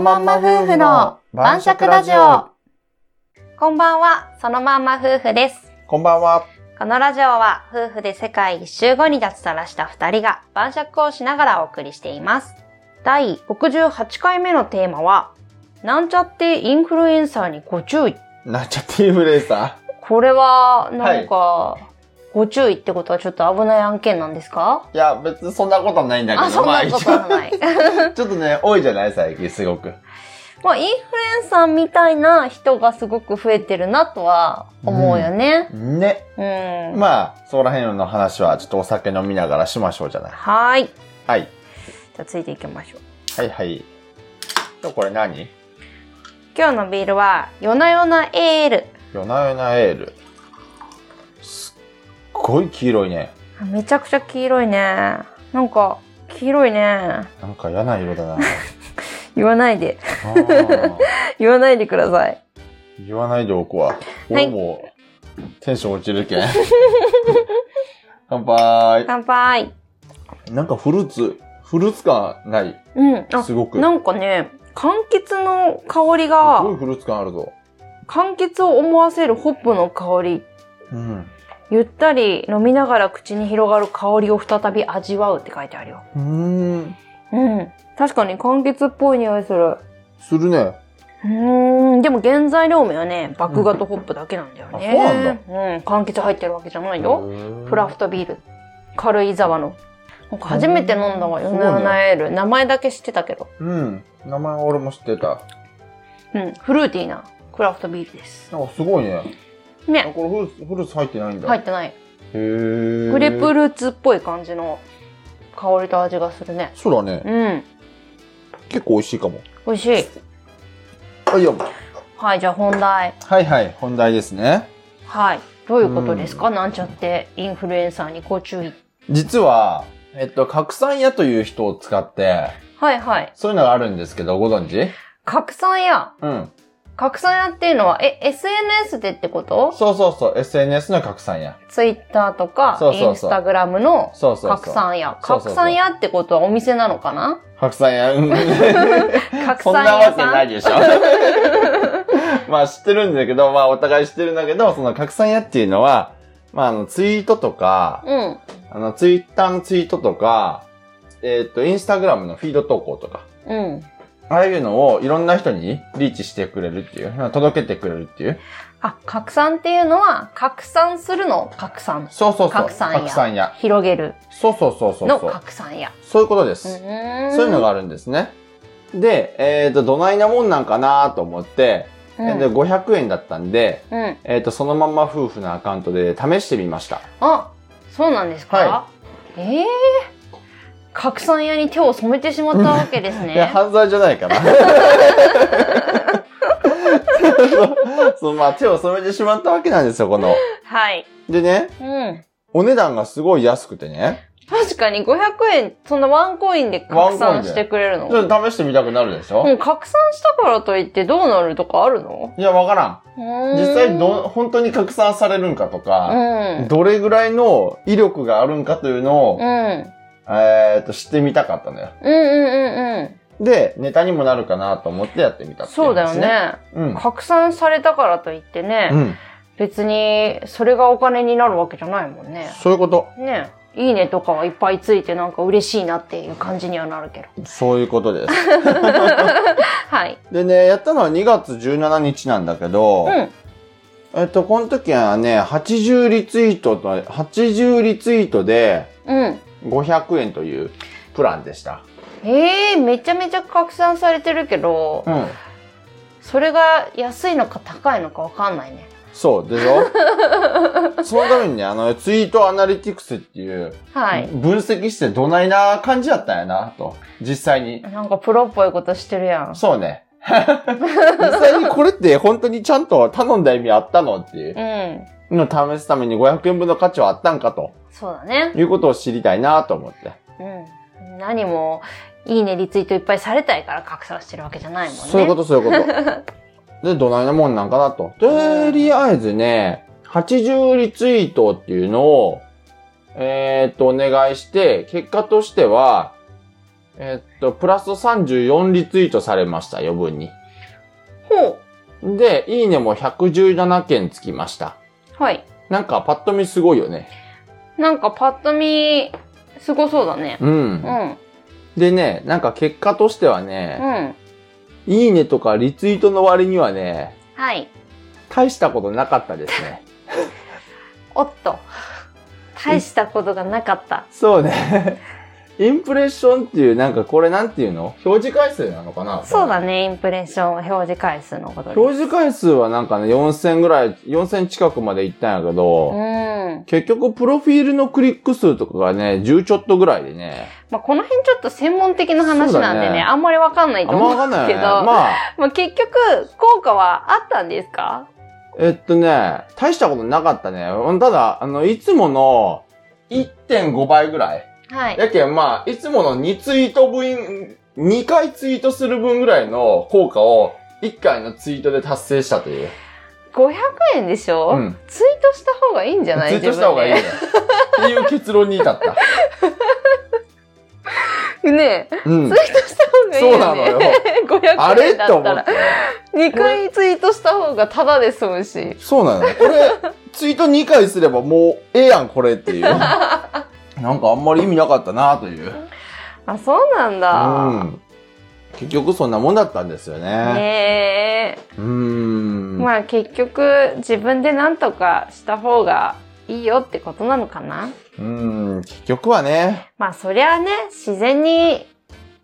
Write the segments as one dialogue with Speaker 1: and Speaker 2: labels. Speaker 1: まんま夫婦の晩酌ラジオ。
Speaker 2: こんばんは、そのまんま夫婦です。
Speaker 1: こんばんは。
Speaker 2: このラジオは夫婦で世界一周後に脱サラした二人が晩酌をしながらお送りしています。第68回目のテーマは、なんちゃってインフルエンサーにご注意。
Speaker 1: なっちゃってインフルエンサ
Speaker 2: これは、なんか、ご注意ってことはちょっと危ない案件なんですか
Speaker 1: ーいや、別にそんなことはないんだけど、
Speaker 2: あ、そんなこと
Speaker 1: ま
Speaker 2: はない。
Speaker 1: あ、ちょっとね、多いじゃない最近すごく。
Speaker 2: まあ、インフルエンサーみたいな人がすごく増えてるなとは思うよね。
Speaker 1: ね。
Speaker 2: うん。
Speaker 1: まあ、そこら辺の話はちょっとお酒飲みながらしましょうじゃない。
Speaker 2: はーい。じ
Speaker 1: はい。
Speaker 2: ゃあ、ついていきましょう。
Speaker 1: はいはい。今日これ何
Speaker 2: 今日のビールは、よなよなエール。
Speaker 1: 夜な夜なエール。すっごい黄色いね。
Speaker 2: あめちゃくちゃ黄色いね。なんか、黄色いね。
Speaker 1: なんか嫌な色だな。あ
Speaker 2: 言わないで。
Speaker 1: ー
Speaker 2: 言わないでください。
Speaker 1: 言わないでおこわ。俺もうテンション落ちるけん。乾杯。
Speaker 2: 乾杯。
Speaker 1: なんかフルーツ、フルーツ感ない。
Speaker 2: うん。あ、
Speaker 1: すごく。す
Speaker 2: なんかね、柑橘の香り
Speaker 1: ごい
Speaker 2: が、
Speaker 1: フルーツ感あるぞ。
Speaker 2: 柑橘を思わせるホップの香り。
Speaker 1: うん。
Speaker 2: ゆったり飲みながら口に広がる香りを再び味わうって書いてあるよ。
Speaker 1: うーん。
Speaker 2: うん。確かに柑橘っぽい匂いする。
Speaker 1: するね。
Speaker 2: うーん。でも原材料名はね、麦芽とホップだけなんだよね。
Speaker 1: うんあそうなん
Speaker 2: だ。うん。柑橘入ってるわけじゃないよ。ク
Speaker 1: フ
Speaker 2: ラフトビール。軽井沢の。なんか初めて飲んだわ、
Speaker 1: うん
Speaker 2: ヨナヨナエール。名前だけ知ってたけど。
Speaker 1: うん。名前は俺も知ってた。
Speaker 2: うん。フルーティーなクラフトビールです。
Speaker 1: なんかすごいね。あ
Speaker 2: ね。
Speaker 1: これフルーツ、フルーツ入ってないんだ。
Speaker 2: 入
Speaker 1: へ
Speaker 2: ってない。
Speaker 1: え。グ
Speaker 2: グレープフルーツっぽい感じの香りと味がするね。
Speaker 1: そうだね。
Speaker 2: うん。
Speaker 1: 結構美味しいかも。
Speaker 2: 美味しい。
Speaker 1: はいよ。
Speaker 2: はい、じゃあ本題。
Speaker 1: はいはい。本題ですね。
Speaker 2: はい。どういうことですか、なんちゃってインフルエンサーにご注意。
Speaker 1: 実は、えっと、拡散屋という人を使って、
Speaker 2: はいはい。
Speaker 1: そういうのがあるんですけど、ご存知
Speaker 2: 拡散や。
Speaker 1: うん。
Speaker 2: 拡散やっていうのは、え、SNS でってこと
Speaker 1: そうそうそう。SNS の拡散屋。
Speaker 2: ツイッターとか、
Speaker 1: そう
Speaker 2: イ
Speaker 1: そ
Speaker 2: ン
Speaker 1: う
Speaker 2: ス
Speaker 1: そう
Speaker 2: タグラムの
Speaker 1: そうそうそう。
Speaker 2: 拡。散屋。
Speaker 1: そうそうそ
Speaker 2: 拡
Speaker 1: う
Speaker 2: 散屋ってことはお店なのかな
Speaker 1: 拡散屋。うん
Speaker 2: 拡
Speaker 1: そん
Speaker 2: 散
Speaker 1: な
Speaker 2: 屋
Speaker 1: わけな
Speaker 2: さ
Speaker 1: い
Speaker 2: ん。
Speaker 1: でしょ。 まあ知ってるんだけど、まあお互い知ってるんだけど、その拡散屋っていうのは、まああのツイートとか、
Speaker 2: うん。
Speaker 1: あのツイッターのツイートとか、えっ、と、インスタグラムのフィード投稿とか、
Speaker 2: うん。
Speaker 1: ああいうのをいろんな人にリーチしてくれるっていう、届けてくれるっていう。
Speaker 2: あ、拡散っていうのは、拡散するの拡散。
Speaker 1: そうそうそう。
Speaker 2: 拡散屋
Speaker 1: 拡散屋。
Speaker 2: 広げる
Speaker 1: そうそうそうそう
Speaker 2: の
Speaker 1: そう。
Speaker 2: 拡散屋。
Speaker 1: そういうことです。
Speaker 2: そう
Speaker 1: そういうの
Speaker 2: が、
Speaker 1: があるんですね。で、えっ、と、どないなもんなんかなと思って、
Speaker 2: うん
Speaker 1: えーと500円だったんで、
Speaker 2: うん。
Speaker 1: えっ、と、そのまんま夫婦のアカウントで試してみました。
Speaker 2: あ、そうなんですか、
Speaker 1: は
Speaker 2: ええ拡散屋に手を染めてしまったわけです
Speaker 1: いや、
Speaker 2: ね。
Speaker 1: 犯罪じゃない かな。そう、まあ、手を染めてしまったわけなんですよ、この。
Speaker 2: はい。
Speaker 1: でね、
Speaker 2: うん。
Speaker 1: お値段がすごい安くてね、
Speaker 2: 確かに500円、そんなワンコインで拡
Speaker 1: ワンコイン
Speaker 2: 散
Speaker 1: で
Speaker 2: してくれる
Speaker 1: ちょ
Speaker 2: の
Speaker 1: っと試してみたくなるでしょ、
Speaker 2: うん、拡散したからといってどうなるとかあるの
Speaker 1: いや、わからん。実際ど、
Speaker 2: う
Speaker 1: 本当に拡散されるんかと
Speaker 2: ー
Speaker 1: か、
Speaker 2: ん
Speaker 1: どれぐらいの威力があるんかというのを、
Speaker 2: うん。うん。
Speaker 1: えっと、知ってみたかったのよ。
Speaker 2: うんうんうんうん。
Speaker 1: で、ネタにもなるかなと思ってやってみたってい
Speaker 2: そうだよ
Speaker 1: 話
Speaker 2: ね。
Speaker 1: うん。
Speaker 2: 拡散されたからといってね、
Speaker 1: うん。
Speaker 2: 別にそれがお金になるわけじゃないもんね。
Speaker 1: そういうこと。
Speaker 2: ねいいねとかはいっぱいついてなんか嬉しいなっていう感じにはなるけど。
Speaker 1: そういうこと です。
Speaker 2: はい。
Speaker 1: でね、やったのは2月17日なんだけど、
Speaker 2: うん。
Speaker 1: えっと、この時はね、80リツイートと、80リツイートで
Speaker 2: うん。
Speaker 1: 500円というプランでした。
Speaker 2: ええめちゃめちゃ拡散されてるけど、
Speaker 1: うん。
Speaker 2: それが安いのか高いのかわかんないね。
Speaker 1: そう、でしょ そのためにね、あの、ツイートアナリティクスっていう、
Speaker 2: はい。
Speaker 1: 分析してどないな感じだったんやな、と。実際に。
Speaker 2: なんかプロっぽいことしてるやん。
Speaker 1: そうね。 実際にこれって本当にちゃんと頼んだ意味あったのっていう
Speaker 2: うん。
Speaker 1: のを試すために500円分の価値はあったんかと
Speaker 2: そうだね。
Speaker 1: いうことを知りたいなと思って。
Speaker 2: うん。何も、いいね、リツイートいっぱいされたいから拡散してるわけじゃないもんね。
Speaker 1: そういうこと、そういうこと。で、どないなもんなんかな と。とりあえずね、80リツイートっていうのを、えーっと、お願いして、結果としては、えっと、プラス34リツイートされました、余分に。
Speaker 2: ほ
Speaker 1: で、いいねも117件つきました。
Speaker 2: う。はい。
Speaker 1: なんかパッと見すごいよね。
Speaker 2: なんかパッと見、すごそうだね。
Speaker 1: う。
Speaker 2: うんん。
Speaker 1: でね、なんか結果としては
Speaker 2: う
Speaker 1: ね、
Speaker 2: ん。
Speaker 1: いいねとかリツイートの割にはね、
Speaker 2: はい。
Speaker 1: 大したことなかったですね。
Speaker 2: おっと。大したことがなかった。
Speaker 1: そうね。 インプレッションっていう、なんかこれなんていうの表示回数なのかな
Speaker 2: そうだね、インプレッションを表示回数のことです。
Speaker 1: 表示回数はなんかね、4000ぐらい、4000近くまでいったんやけ
Speaker 2: う
Speaker 1: ど、
Speaker 2: ん。
Speaker 1: 結局プロフィールのクリック数とかがね、10ちょっとぐらいでね、
Speaker 2: まあ、この辺ちょっと専門的な話なんで
Speaker 1: そう
Speaker 2: ね、
Speaker 1: だね
Speaker 2: あんまりわかんない
Speaker 1: あ
Speaker 2: と
Speaker 1: んま
Speaker 2: 思
Speaker 1: わか
Speaker 2: うんんで
Speaker 1: ない
Speaker 2: す
Speaker 1: よ
Speaker 2: けど、
Speaker 1: ね。まあ、
Speaker 2: まあ、結局、効果はあったんですか
Speaker 1: えっとね、大したことなかったね。うんただ、あの、いつもの1.5倍ぐらい。
Speaker 2: はい。
Speaker 1: やけん、まあ、いつもの2ツイート分、2回ツイートする分ぐらいの効果を1回のツイートで達成したという。
Speaker 2: 500円でしょ、
Speaker 1: うん。
Speaker 2: ツイートした方がいいんじゃない
Speaker 1: ツイートした方がいいね。っていう結論に至った。
Speaker 2: 自分でねえ
Speaker 1: うん
Speaker 2: ツイ。ートした方がいい
Speaker 1: そうな
Speaker 2: よ
Speaker 1: の
Speaker 2: ね。
Speaker 1: よ。 あ
Speaker 2: 500
Speaker 1: れ
Speaker 2: 円
Speaker 1: と
Speaker 2: だっ
Speaker 1: 思
Speaker 2: た
Speaker 1: っ
Speaker 2: ら。
Speaker 1: て。
Speaker 2: 2回ツイートした方がタダで済むし。
Speaker 1: そうなのよこれ、ツイート2回すればもう、ええやん、これっ ていう。なんかあんまり意味なかったなという。
Speaker 2: あ、そうなん
Speaker 1: う
Speaker 2: だ。
Speaker 1: ん。結局そんなもんだったんですよね。
Speaker 2: ねえ。
Speaker 1: うーん。
Speaker 2: まあ結局、自分で何とかした方がいいよってことなのかな
Speaker 1: うーん。結局はね。
Speaker 2: まあそりゃね、自然に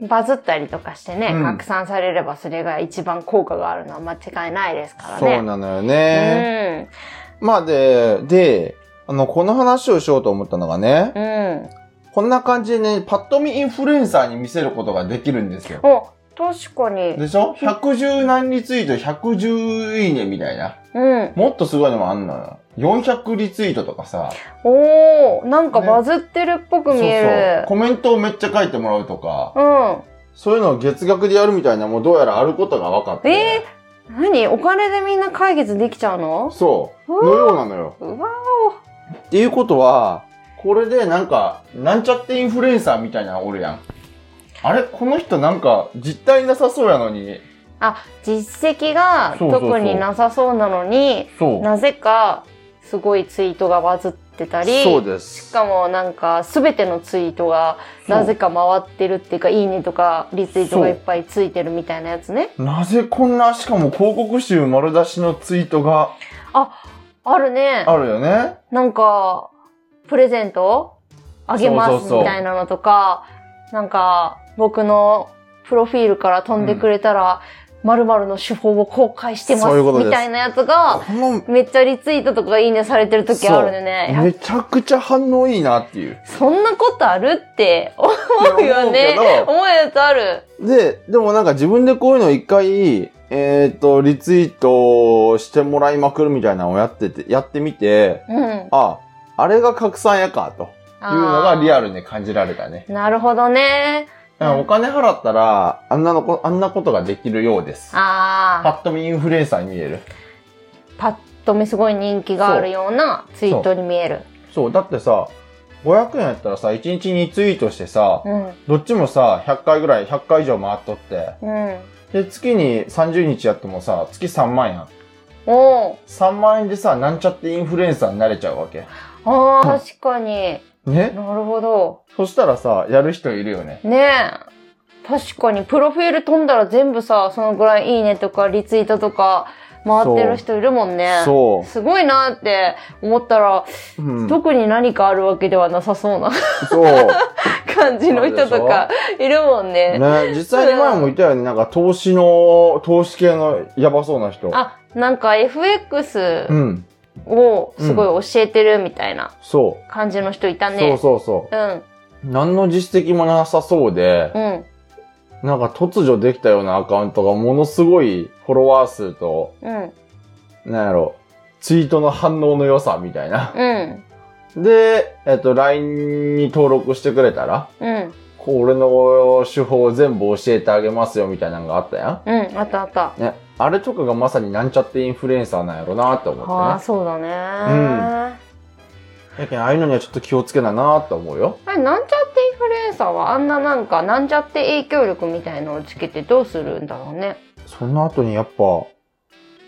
Speaker 2: バズったりとかしてね、
Speaker 1: うん
Speaker 2: 拡散されればそれが一番効果があるのは間違いないですからね。
Speaker 1: そうなのよね。まあで、で、あの、この話をしようと思ったのがね、
Speaker 2: うん。うん。
Speaker 1: こんな感じでね、パッと見インフルエンサーに見せることができるんですよ。
Speaker 2: お、確かに。
Speaker 1: でしょ ?110 何リツイート、110いいねみたいな。
Speaker 2: うん。
Speaker 1: もっとすごいのもあんのよ。400リツイートとかさ。
Speaker 2: おー、なんかバズってるっぽく見える。
Speaker 1: コメントをめっちゃ書いてもらうとか、
Speaker 2: うん。
Speaker 1: そういうのを月額でやるみたいな、もうどうやらあることが分かって。
Speaker 2: えー、何お金でみんな解決できちゃうの
Speaker 1: そう。
Speaker 2: うわ
Speaker 1: のようなのよ。
Speaker 2: うわ
Speaker 1: っていうことは、これでなんか、なんちゃってインフルエンサーみたいなのおるやん。あれこの人なんか、実体なさそうやのに。
Speaker 2: 実績が
Speaker 1: そうそうそう
Speaker 2: 特になさそうなのに
Speaker 1: そう。
Speaker 2: なぜかすごいツイートがバズってたり
Speaker 1: そうです。
Speaker 2: しかもなんか全てのツイートが
Speaker 1: そう
Speaker 2: なぜか回ってるっていうか「いいね」とかリツイートがいっぱいついてるみたいなやつね
Speaker 1: なぜこんな、しかも広告集丸出しのツイートが
Speaker 2: あるね
Speaker 1: あるよね。
Speaker 2: なんかプレゼントあげま
Speaker 1: そうそう
Speaker 2: す
Speaker 1: そう
Speaker 2: みたいなのとかなんか僕のプロフィールから飛んでくれたら〇〇の手法を公開してます
Speaker 1: そういうことです
Speaker 2: みたいなやつが
Speaker 1: この、
Speaker 2: めっちゃリツイートとかいいねされてる時あるよねいや
Speaker 1: めちゃくちゃ反応いいなっていう。
Speaker 2: そんなことあるって思うよね
Speaker 1: 思うけど
Speaker 2: 思うやつある
Speaker 1: で、でもなんか自分でこういうの一回、えっ、と、リツイートしてもらいまくるみたいなのをやってて、やってみて、
Speaker 2: うん
Speaker 1: あ、あれが拡散やか、というのがリアルに感じられたね。
Speaker 2: なるほどね。
Speaker 1: だからお金払ったら、あんなのこ、あんなことができるようです。パ
Speaker 2: ああ、
Speaker 1: ッと見インフルエンサーに見える。
Speaker 2: パッと見すごい人気があるようなツイートに見える。
Speaker 1: そう、だってさ、500円やったらさ、1日にツイートしてさ、
Speaker 2: うん、
Speaker 1: どっちもさ、100回ぐらい、100回以上回っとって、
Speaker 2: うん。
Speaker 1: で、月に30日やってもさ、月3万円。
Speaker 2: おー
Speaker 1: 3万円でさ、なんちゃってインフルエンサーになれちゃうわけ。
Speaker 2: あ
Speaker 1: う
Speaker 2: あ、
Speaker 1: ん
Speaker 2: 確かに。
Speaker 1: ね
Speaker 2: なるほど。
Speaker 1: そしたらさ、やる人いるよね。
Speaker 2: ねえ。確かに、プロフィール飛んだら全部さ、そのぐらいいいねとかリツイートとか回ってる人いるもんね。
Speaker 1: そ
Speaker 2: すごいなって思ったら、
Speaker 1: う。うん、
Speaker 2: 特に何かあるわけではなさそうな
Speaker 1: そう。
Speaker 2: 感じの人とかいるもんね。
Speaker 1: ね、実際に前もいたよね。なんか投資の、投資系のやばそうな人。
Speaker 2: あ、なんか FX
Speaker 1: うん。
Speaker 2: をすごい教えてるみたいな
Speaker 1: そ
Speaker 2: 感じの人いた
Speaker 1: う。
Speaker 2: ね。
Speaker 1: そうそうそうう。何の実績もなさそうで、
Speaker 2: ん、うん、
Speaker 1: なんか突如できたようなアカウントがものすごいフォロワー数と、
Speaker 2: うん、
Speaker 1: なんやろ、ツイートの反応の良さみたいな。
Speaker 2: うん、
Speaker 1: で、えっと、LINE に登録してくれたら、
Speaker 2: うん、
Speaker 1: こう俺の手法を全部教えてあげますよみたいなのがあったや
Speaker 2: うん、あったあった。
Speaker 1: ん。ね、あれとかがまさになんちゃってインフルエンサーなんやろなって思
Speaker 2: ああ、
Speaker 1: って
Speaker 2: そうだね。
Speaker 1: やけんああいうのにはちょっと気をつけななと思うよ。
Speaker 2: あれなんちゃってインフルエンサーはあんななんかなんちゃって影響力みたいのをつけてどうするんだろうね
Speaker 1: その後にやっぱ、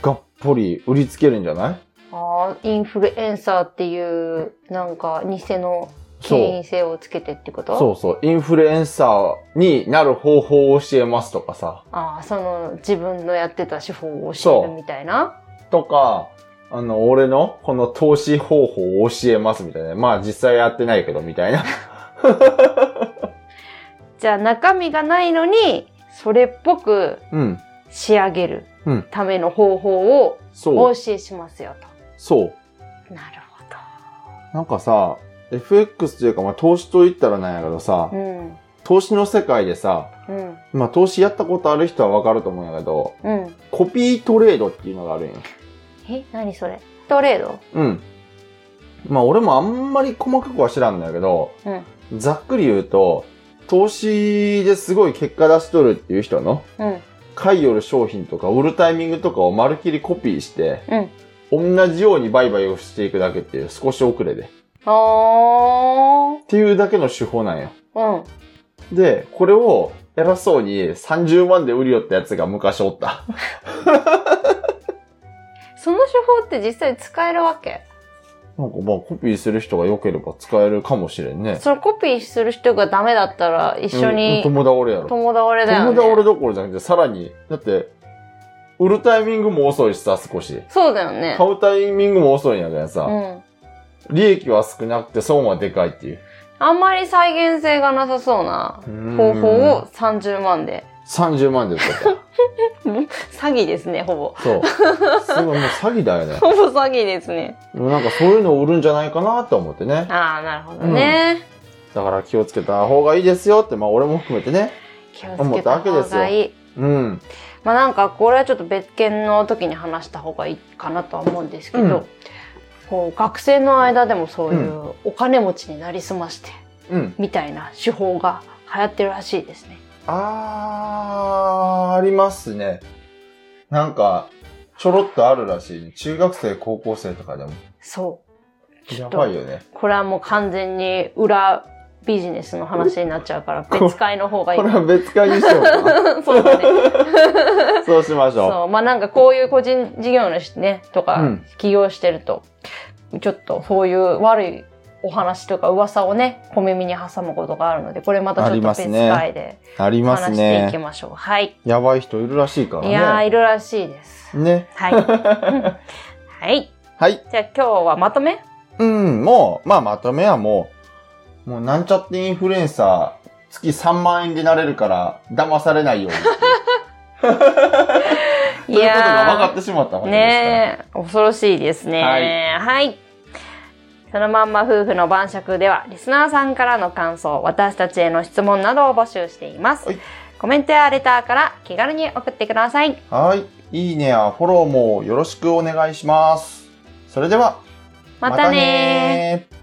Speaker 1: がっぽり売りつけるんじゃない
Speaker 2: あーインフルエンサーっていうなんか偽の権
Speaker 1: そ
Speaker 2: 威
Speaker 1: う。
Speaker 2: 性をつけてってこと
Speaker 1: そうそう。インフルエンサーになる方法を教えますとかさ。
Speaker 2: ああその自分のやってた手法を教え
Speaker 1: そ
Speaker 2: る
Speaker 1: う
Speaker 2: みたいな
Speaker 1: とか、あの、俺のこの投資方法を教えますみたいな。まあ実際やってないけどみたいな。
Speaker 2: じゃあ中身がないのにそれっぽく
Speaker 1: うん。
Speaker 2: 仕上げる
Speaker 1: うん
Speaker 2: ための方法を
Speaker 1: そ
Speaker 2: お
Speaker 1: う。
Speaker 2: 教えしますよと、
Speaker 1: そう。
Speaker 2: なるほ
Speaker 1: なんかさ、FX というか、まあ投資と言ったらなんやけどさ
Speaker 2: ど、うん
Speaker 1: 投資の世界でさ、
Speaker 2: うん
Speaker 1: まあ投資やったことある人はわかると思うんやけど、
Speaker 2: うん
Speaker 1: コピートレードっていうのがあるんよ。
Speaker 2: え何それトレード
Speaker 1: うん。まあ俺もあんまり細かくは知らんのやけど、
Speaker 2: うん
Speaker 1: ざっくり言うと、投資ですごい結果出しとるっていう人の、
Speaker 2: うん
Speaker 1: 買い寄る商品とか売るタイミングとかをまるっきりコピーして、
Speaker 2: うん
Speaker 1: 同じように売買をしていくだけっていう、少し遅れで。っ
Speaker 2: あ
Speaker 1: ていうだけの手法なんよ。
Speaker 2: ーうん
Speaker 1: で、これを偉そうに30万で売りよったやつが昔おった。
Speaker 2: その手法って実際使えるわけ
Speaker 1: なんかまあコピーする人が良ければ使えるかもしれんね。
Speaker 2: そのコピーする人がダメだったら一緒
Speaker 1: うん
Speaker 2: に
Speaker 1: 友倒れやろ。
Speaker 2: 友倒れだよね
Speaker 1: 友倒れどころじゃなくて、さらに、だって、売るタイミングも遅いしさ、少し。
Speaker 2: そうだよね
Speaker 1: 買うタイミングも遅いんやから
Speaker 2: う
Speaker 1: さ、
Speaker 2: ん
Speaker 1: 利益は少なくて損はでかいっていう。
Speaker 2: あんまり再現性がなさそうな方法を30万で
Speaker 1: 30万で売っとっ
Speaker 2: もう詐欺ですねほぼ
Speaker 1: た。そう。すごい、もう詐欺だよね。
Speaker 2: ほぼ詐欺ですね
Speaker 1: でもなんかそういうのを売るんじゃないかなと思ってね。
Speaker 2: ああなるほどね、
Speaker 1: だから気をつけた方がいいですよって、まあ俺も含めてね。
Speaker 2: 気をつけた方
Speaker 1: 思ったわ
Speaker 2: が
Speaker 1: け
Speaker 2: いい
Speaker 1: うん。
Speaker 2: まあなんかこれはちょっと別件の時に話した方がいいかなとは思うんですけど、
Speaker 1: うん
Speaker 2: こう学生の間でもそういうお金持ちになりすまして
Speaker 1: うん。
Speaker 2: みたいな手法が流行ってるらしいですね。
Speaker 1: あー、ありますね。なんか、ちょろっとあるらしいね。中学生、高校生とかでも。
Speaker 2: そう
Speaker 1: やばいよね。
Speaker 2: これはもう完全に裏ビジネスの話になっちゃうから
Speaker 1: こ
Speaker 2: 別会の方がいい
Speaker 1: これ。は別会にしようか な。
Speaker 2: そうだね。
Speaker 1: そうしましょ
Speaker 2: そうまあなんかこういう個人事業主ねと
Speaker 1: う
Speaker 2: か
Speaker 1: ん
Speaker 2: 起業してると、ちょっとそういう悪いお話とか噂をね小耳に挟むことがあるのでこれまたちょっと別
Speaker 1: あ
Speaker 2: 会で
Speaker 1: う。ありま
Speaker 2: 話
Speaker 1: す
Speaker 2: していき
Speaker 1: ね。
Speaker 2: ましょう。はい。
Speaker 1: やばい人いるらしいか
Speaker 2: いや
Speaker 1: ら
Speaker 2: ー
Speaker 1: ね。
Speaker 2: いるらしいです。
Speaker 1: ね。
Speaker 2: はい。はい。
Speaker 1: はい。
Speaker 2: じゃあ今日はまとめ
Speaker 1: うん、もう、まあまとめはもう、もうなんちゃってインフルエンサー、月3万円でなれるから、騙されないように。と
Speaker 2: い
Speaker 1: いうことが分か
Speaker 2: や
Speaker 1: ってしまったわ
Speaker 2: ー
Speaker 1: けで
Speaker 2: ねえ恐ろしいですね。
Speaker 1: は
Speaker 2: はい、そのまんま夫婦の晩酌ではリスナーさんからの感想私たちへの質問などを募集しています。
Speaker 1: はい
Speaker 2: コメントやレターから気軽に送ってください。
Speaker 1: すから。はい。いいねやフォローもよろしくお願いします。それでは、
Speaker 2: またねー
Speaker 1: またねー